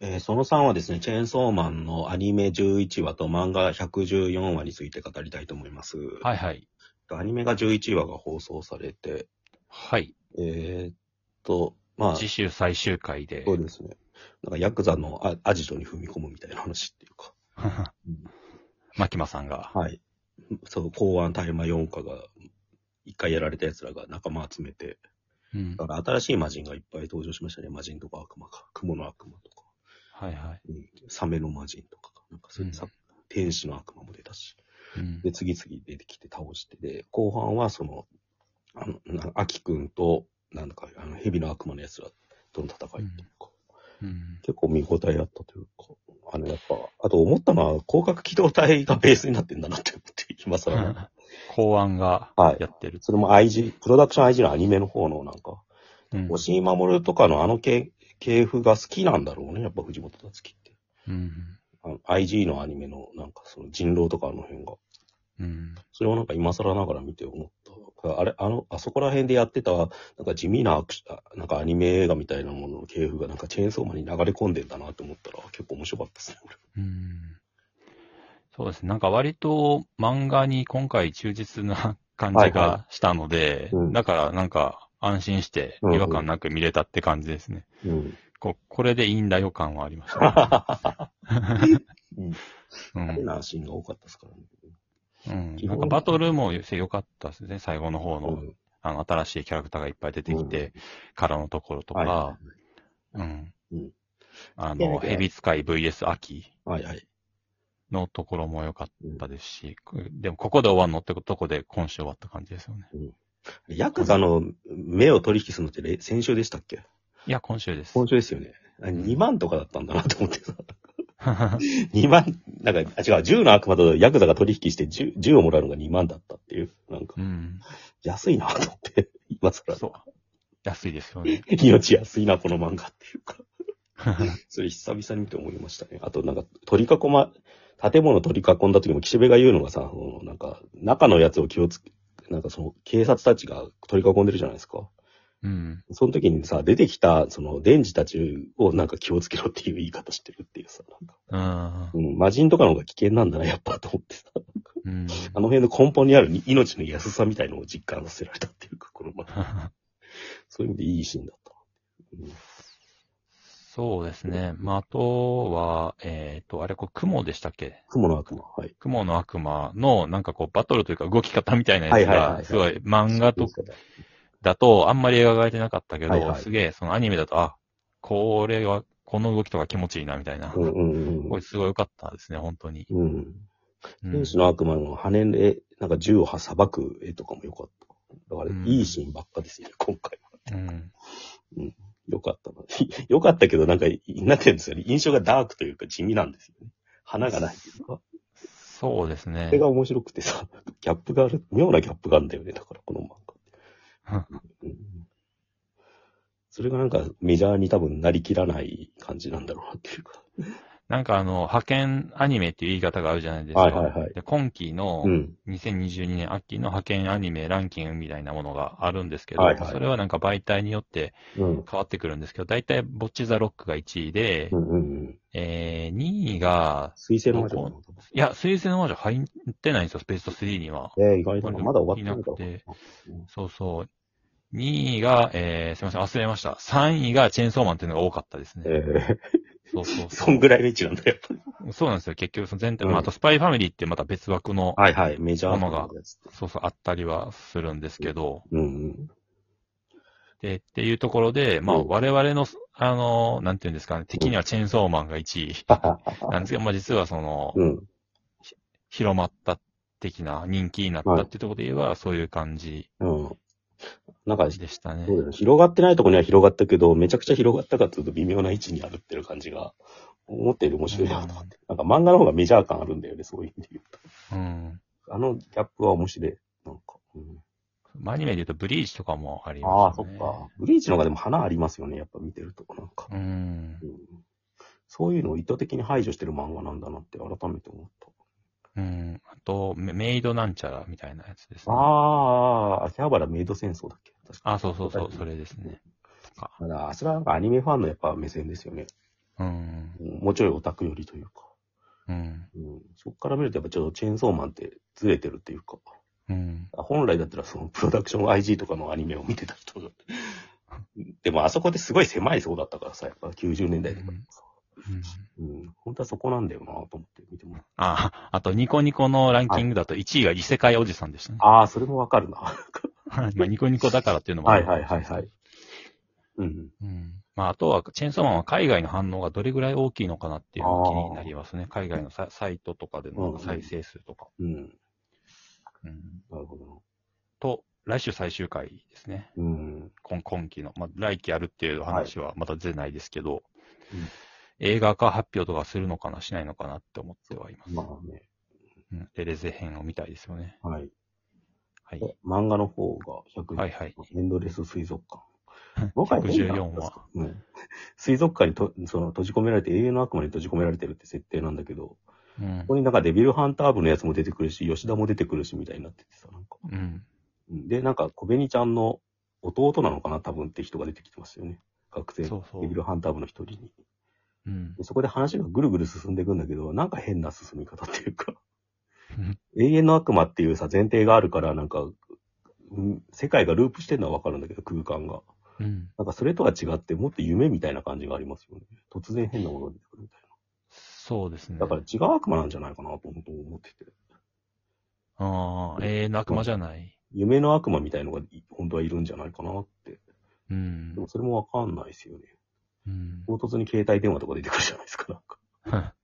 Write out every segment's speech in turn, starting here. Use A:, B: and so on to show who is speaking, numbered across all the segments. A: えーその3はですね、チェーンソーマンのアニメ11話と漫画114話について語りたいと思います。
B: はいはい。
A: アニメが11話が放送されて、
B: はい。
A: えーっと、まあ、
B: 次週最終回で。
A: そうですね。なんかヤクザのアアジトに踏み込むみたいな話っていうか。
B: 牧間さんが。
A: はい。そう、公安大麻4課が、一回やられた奴らが仲間集めて、
B: うん
A: だから新しい魔人がいっぱい登場しましたね。魔人とか悪魔か、雲の悪魔とか、
B: はいはい。
A: うんサメの魔人とかか、なんかそういうさ、
B: うん
A: 天使の悪魔も出たし、
B: うん
A: で、次々出てきて倒して、で、後半はその、あの、なアキ君と、なんだか、あの、蛇の悪魔の奴らとの戦いっていうか、
B: うん
A: 結構見応えあったというか、あの、やっぱ、あと思ったのは、広角機動隊がベースになってんだなって思って、今更なんか。
B: 公安が
A: はい
B: やってる。
A: それも IG、プロダクション IG のアニメの方のなんか、
B: うん
A: 押井守とかのあの系系譜が好きなんだろうね、やっぱ藤本達樹って。
B: うん
A: あの IG のアニメのなんかその人狼とかの辺が。
B: うん
A: それをなんか今更ながら見て思った。あれ、あの、あそこら辺でやってた、なんか地味なアクシあなんかアニメ映画みたいなものの系譜がなんかチェーンソーマンに流れ込んでんだなって思ったら結構面白かったですね、俺
B: うんそうですね。なんか割と漫画に今回忠実な 感
A: は
B: じ
A: いは
B: がしたので
A: うん、
B: だからなんか安心して違和感なく見れたって感じですね。
A: うん。
B: ここれでいいんだ予感はありました
A: うん。
B: ね。うん
A: 変なシーンが多かったですからね。
B: うん
A: 基
B: な
A: 本
B: んかバトルも良かったですね、最後の方の。
A: うん
B: あの、新しいキャラクターがいっぱい出てきてからのところと
A: はい
B: か
A: は、
B: うん
A: うん。
B: あの、
A: で
B: 蛇使い VS 秋
A: いはい。はいはい。
B: のところも良かったですし、でもここで終わるのってとこで今週終わった感じですよね。
A: ヤクザの目を取引するのってれ先週でしたっけ
B: いや、今週です。
A: 今週ですよね。あ2万とかだったんだなと思って さ。
B: う
A: 2万、なんか、あ、違う、10の悪魔とヤクザが取引して 10, 10をもらうのが2万だったっていう。なんか、
B: ん。
A: 安いなと思って、今更。
B: そう。安いですよね。
A: 命安いな、この漫画っていうか。それ久々に見て思いましたね。あと、なんか、取り囲ま、建物取り囲んだ時も岸辺が言うのがさ、そのなんか、中のやつを気をつけ、なんかその、警察たちが取り囲んでるじゃないですか。
B: うん。
A: その時にさ、出てきた、その、デンジたちをなんか気をつけろっていう言い方してるっていうさ、なんか、
B: うん。
A: うん、魔人とかの方が危険なんだな、やっぱ、と思ってさ、
B: うん。
A: あの辺の根本にある命の安さみたいのを実感させられたっていうか、この、まあ、そういう意味でいいシーンだった。うん
B: そうですね。まあ、あとは、えっ、と、あれ、これ、雲でしたっけ
A: 雲の悪魔、はい。
B: 雲の悪魔の、なんかこう、バトルというか動き方みたいな
A: はい
B: やつ
A: はいはいは
B: が、
A: い
B: すごい漫画と
A: そうですね
B: だと、あんまり描かれてなかったけど、
A: はいはい
B: すげえ、そのアニメだと、あ、これは、この動きとか気持ちいいな、みたいな。
A: うんうんう
B: これすごい良かったですね、本当に。
A: ん。うん。
B: うん
A: 天使の悪魔の羽で、なんか銃をさばく絵とかも良かった。だから、
B: うん
A: いいシーンばっかですよね、今回は。
B: うん
A: 良かったな。 良かったけど、なんか、なんていうんですよね。印象がダークというか地味なんですよね。花がないというか。
B: そうですね
A: それ。が面白くてさ、ギャップがある、妙なギャップがあるんだよね。だから、この漫画。うんそれがなんかメジャーに多分なりきらない感じなんだろうなっていうか。
B: なんかあの、派遣アニメっていう言い方があるじゃないですか。
A: はいはいはい
B: で今期の
A: うん。
B: 2022年秋の派遣アニメランキングみたいなものがあるんですけど、
A: はいはい
B: それはなんか媒体によって
A: うん。
B: 変わってくるんですけど、大体ボッチザロックが1位で、
A: うんうんうん。
B: えー、2位が、
A: 水星の魔女か
B: いや、水星の魔女入ってないんですよ、ベスト3には。
A: な。えー、意外だな。まだ終わってないから
B: いなくそうそう。2位が、えー、すみません、忘れました。3位がチェーンソーマンっていうのが多かったですね。
A: えー、
B: そうそう
A: そんぐらいの位置なんだ、やっぱり。
B: そうなんですよ。結局、その全体、
A: うん
B: まああとスパイファミリーってまた別枠の、
A: はいはい、メジャー
B: ものが
A: やつ
B: そうそう、あったりはするんですけど、
A: うんうん。
B: で、っていうところで、まあ、
A: うん
B: 我々の、あの、なんていうんですかね、敵にはチェーンソーマンが1位なんですけど、まあ実はその、
A: うん。
B: 広まった的な、人気になったっていうところで言えば、そういう感じ
A: うん。なんか、
B: でしたね
A: そう。だよね広がってないとこには広がったけど、めちゃくちゃ広がったかっていうと微妙な位置にあるっていう感じが、思ってより面白いなと思って。なんか漫画の方がメジャー感あるんだよね、そういう意味で言う
B: うん。
A: と。あのギャップは面白い。なんか。うん
B: まあアニメで言うと、ブリーチとかもあり
A: あ
B: ま
A: あ、
B: す
A: そ
B: よ
A: っ
B: ね。
A: か。ブリーチの方がでも花ありますよね、やっぱ見てると。なんか、
B: う
A: う。
B: ん
A: んそういうのを意図的に排除してる漫画なんだなって改めて思った。
B: うん。あと、メメイドなんちゃらみたいなやつですね。
A: ああ、秋葉原メイド戦争だっけ確か
B: あ、そうそうそう、それですね。
A: まだ、あそれはなんかアニメファンのやっぱ目線ですよね。
B: うん。
A: もうちょいオタク寄りというか。
B: うん。
A: うん、そこから見るとやっぱちょっとチェーンソーマンってずれてるっていうか、
B: うん。
A: 本来だったらそのプロダクション IG とかのアニメを見てた人が。 でもあそこですごい狭い層だったからさ、やっぱ90年代とか。
B: うん
A: うん、本当はそこなんだよなと思って見てもらう。
B: あ、あとニコニコのランキングだと1位が異世界おじさんでしたね。
A: ああ、それもわかるな。
B: まあニコニコだからっていうのもあ
A: はい
B: る
A: はいはいはい。うん。
B: うん。まあ、あとは、チェーンソーマンは海外の反応がどれぐらい大きいのかなっていうのが気になりますね。海外のササイトとかでの再生数とか。
A: うん。
B: うん。
A: なるほどな。
B: と、来週最終回ですね。
A: うん。
B: 今今期の。まあ、来期やるっていう話はまた出ないですけど、
A: うん
B: 映画化発表とかするのかな、しないのかなって思ってはいます。
A: まあね。
B: うん、エレゼ編を見たいですよね。
A: はい。
B: はい。
A: で漫画の方が100、
B: はいはい。
A: エンドレス水族館。 僕は変な
B: 114話。
A: うん水族館にとその閉じ込められて、永遠の悪魔に閉じ込められてるって設定なんだけど、
B: うん
A: こ。こになんかデビルハンター部のやつも出てくるし、吉田も出てくるしみたいになっててさ、なんか。
B: うん。
A: うんで、なんか小紅ちゃんの弟なのかな、多分って人が出てきてますよね。学生。
B: そうそう
A: デビルハンター部の一人に。
B: うん
A: で。そこで話がぐるぐる進んでいくんだけど、なんか変な進み方っていうか
B: うん、
A: 永遠の悪魔っていうさ、前提があるから、なんか、うん世界がループしてるのはわかるんだけど、空間が。
B: うん。
A: なんかそれとは違って、もっと夢みたいな感じがありますよね。突然変なものが出てくるみたい
B: そうですね。
A: な。だから違う悪魔なんじゃないかなと本当思ってて。
B: ああ、永遠の悪魔じゃない。
A: 夢の悪魔みたいのがい本当はいるんじゃないかなって。
B: うん
A: で。もそれもわかんないですよね。
B: うん。
A: 唐突に携帯電話とか出てくるじゃないですか、なんか。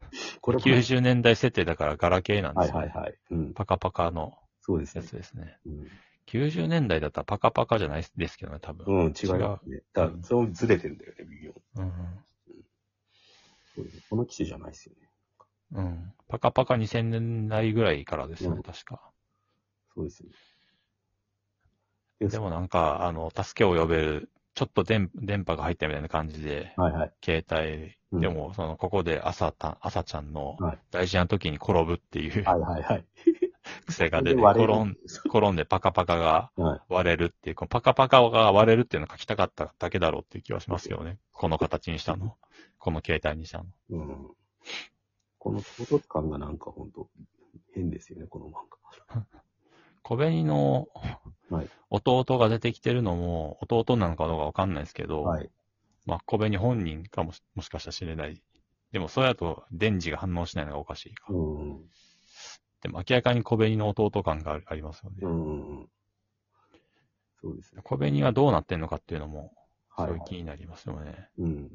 A: これも
B: 90年代設定だからガラケーなんで
A: は
B: す
A: い
B: よ、
A: はいはい。うん。
B: パカパカの
A: そうです
B: や
A: ね
B: つ。ですね。
A: うん、
B: 90年代だったらパカパカじゃないですけどね、多分。
A: うん、違いますね。だから、そうずれてるんだよね、微妙。
B: うん。
A: そうですこの季節じゃないですよね。
B: うん。パカパカ2000年代ぐらいからですよ
A: う
B: ね
A: ん、
B: 確か。
A: そうですね。
B: でもなんか、あの、助けを呼べる、ちょっと電電波が入ったみたいな感じで、
A: はいはい。
B: 携帯、
A: うん
B: でも、その、ここで朝た、朝ちゃんの
A: はい
B: 大事な時に転ぶっていう
A: はいはいはい。
B: 癖が
A: そ
B: 出
A: れ
B: て、
A: で割
B: 転
A: れる
B: ん、転んでパカパカが
A: はい。
B: 割れるっていう、このパカパカが割れるっていうのを書きたかっただけだろうっていう気はしますけどね。この形にしたの。この携帯にしたの。
A: うん。この唐突感がなんかほんと、変ですよね、この漫
B: 小紅の
A: はい
B: 弟が出てきてるのも、弟なのかどうかわかんないですけど、
A: 画。はい。
B: まあ小紅本人かもしもしかしたら知れない。でも、それだと、電磁が反応しないのがおかしいか。
A: うん。
B: でも、明らかに小紅の弟感があるありますよね。
A: うん。そうですね。
B: 小紅はどうなってんのかっていうのも、す
A: は
B: ご
A: い
B: い。気になりますよね。
A: うん。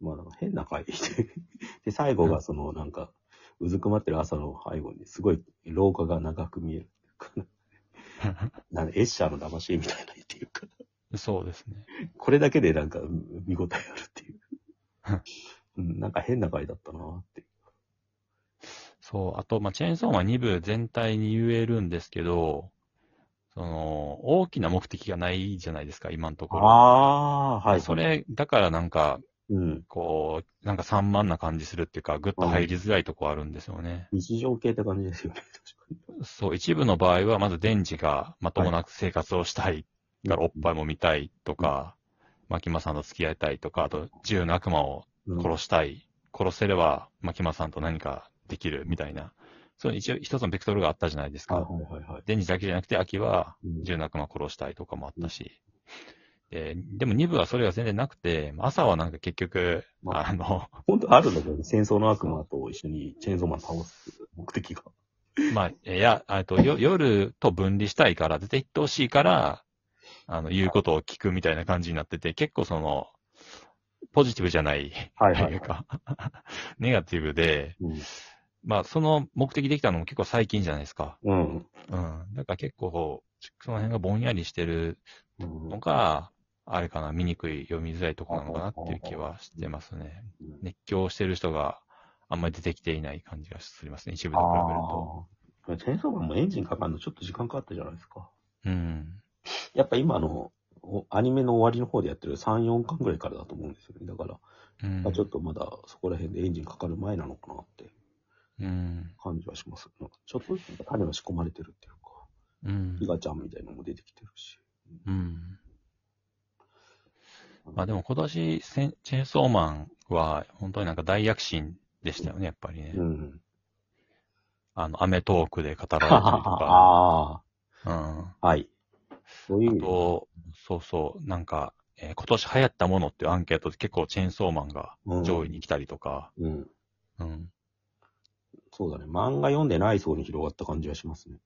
A: まあ、なんか変な回で。 で、最後がその、なんか、うずくまってる朝の背後に、すごい廊下が長く見える。 なんかエッシャーの騙し絵みたいなっていうか、
B: そうですね。
A: これだけでなんかうん見応えあるっていう。うん、なんか変な回だったなーって。
B: そう。あと、まあ、チェーンソーマン2部全体に言えるんですけど、その、大きな目的がないじゃないですか、今のところ。
A: ああー、はい。
B: そ。れ、だからなんか、
A: うん。
B: こう、なんか散漫な感じするっていうか、ぐっと入りづらいとこあるんですよね。
A: 日常系って感じですよね。確か
B: そう、一部の場合は、まず電池がまともな生活をしたい、
A: に。
B: だからおっぱいも見たいとか、牧間さんと付き合いたいとか、あと、銃の悪魔を殺したい、殺せれば牧間さんと何かできるみたいな、そういう一応一つのベクトルがあったじゃないです
A: は
B: か。
A: いはいはいはい。
B: 電池だけじゃなくて、秋は
A: うん
B: 銃の悪魔殺したいとかもあったし、ででも2部はそれが全然なくて、朝はなんか結局、
A: まあ
B: あの、
A: 本当あるんだけどね、戦争の悪魔と一緒にチェーンソーマン倒す目的が。
B: まあ、いや、えっと、よ、夜と分離したいから、出て行ってほしいから、あの、言うことを聞くみたいな感じになってて、結構その、ポジティブじゃない、
A: はい
B: と
A: はい
B: いうか、 ネガティブで、
A: うん。
B: まあ、その目的できたのも結構最近じゃないですか。
A: うん。
B: うん。だから結構こう、その辺がぼんやりしてる
A: うん
B: のが、あれかな、見にくい、読みづらいとこなのかなっていう気はしてますね。熱狂してる人があんまり出てきていない感じがしますね、一部と比べると。
A: ああ。チェーンソーマンもエンジンかかるのちょっと時間かかったじゃないですか。
B: うん。
A: やっぱ今の、おアニメの終わりの方でやってる3、4巻ぐらいからだと思うんですよね。だから、
B: うん
A: まあちょっとまだそこら辺でエンジンかかる前なのかなって
B: うん。
A: 感じはします。なんかちょっとずつ種が仕込まれてるっていうか、
B: うん
A: ギガちゃんみたいなのも出てきてるし。
B: うん。まあでも今年、せんチェーンソーマンは、本当になんか大躍進でしたよね、やっぱりね。
A: うん。
B: あの、アメトークで語られたりと か。
A: あ
B: うん。
A: あ、はい。そういう意味
B: あ
A: で。
B: と、そうそう、なんか、えー今年流行ったものっていうアンケートで結構チェーンソーマンが
A: うん
B: 上位に来たりとか、
A: うん。
B: うん。
A: そうだね。漫画読んでない層に広がった感じがしますね。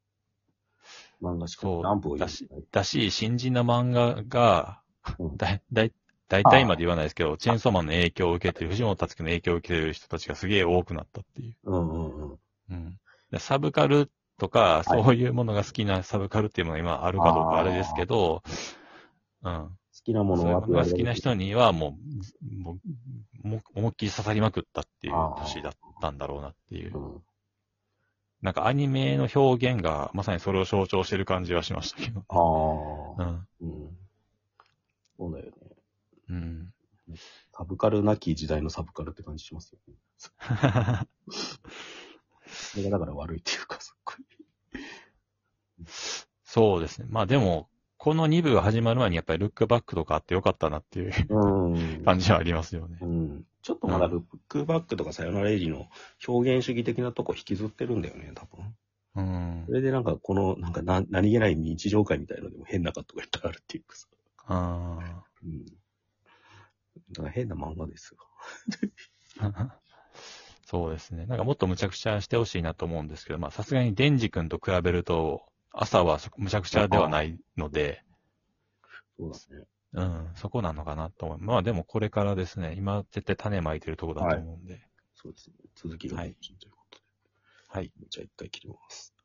A: 漫画しか
B: そう
A: ランプを読んでない。
B: だし、新人の漫画が
A: う、ん
B: だい、だい、大体まで言わないですけど、チェーンソーマンの影響を受けてる、藤本達樹の影響を受けてる人たちがすげえ多くなったっていう。
A: うんうんうん。
B: うん。でサブカルとか、
A: はい
B: そういうものが好きなサブカルっていうものが今あるかどうか
A: あー
B: あれですけど、うん。
A: 好きなも
B: そ
A: の
B: ういう
A: は
B: ものが好きな人にはもう、もう、も思いっきり刺さりまくったっていう年だったんだろうなっていう
A: う。ん。
B: なんかアニメの表現がまさにそれを象徴してる感じはしましたけど。
A: あ
B: う
A: あ。
B: ん。
A: うん。そうだよね。
B: うん。
A: サブカルなき時代のサブカルって感じしますよね。それがだから悪いっていうか、すっごい。
B: そうですね。まあでも、この2部が始まる前にやっぱりルックバックとかあってよかったなっていう
A: うん
B: 感じはありますよね
A: う。ん。ちょっとまだルックバックとかさよならエリの表現主義的なとこ引きずってるんだよね、多分。
B: うん
A: そ。れでなんかこの、なんかな何気ない日常会みたいのでも変なカットがいっぱいあるっていうかさ。
B: あー
A: うん。だから変な漫画ですよ。
B: そうですね。なんかもっとむちゃくちゃしてほしいなと思うんですけど、まあさすがにデンジ君と比べると、朝はそむちゃくちゃではないので、
A: そうですね。
B: うん、そこなのかなと思う。まあでもこれからですね、今絶対種まいてるとこだと思うんで。
A: そうですね。続きが
B: はい
A: 楽しみということで。
B: はい。
A: じゃあ一回切ります。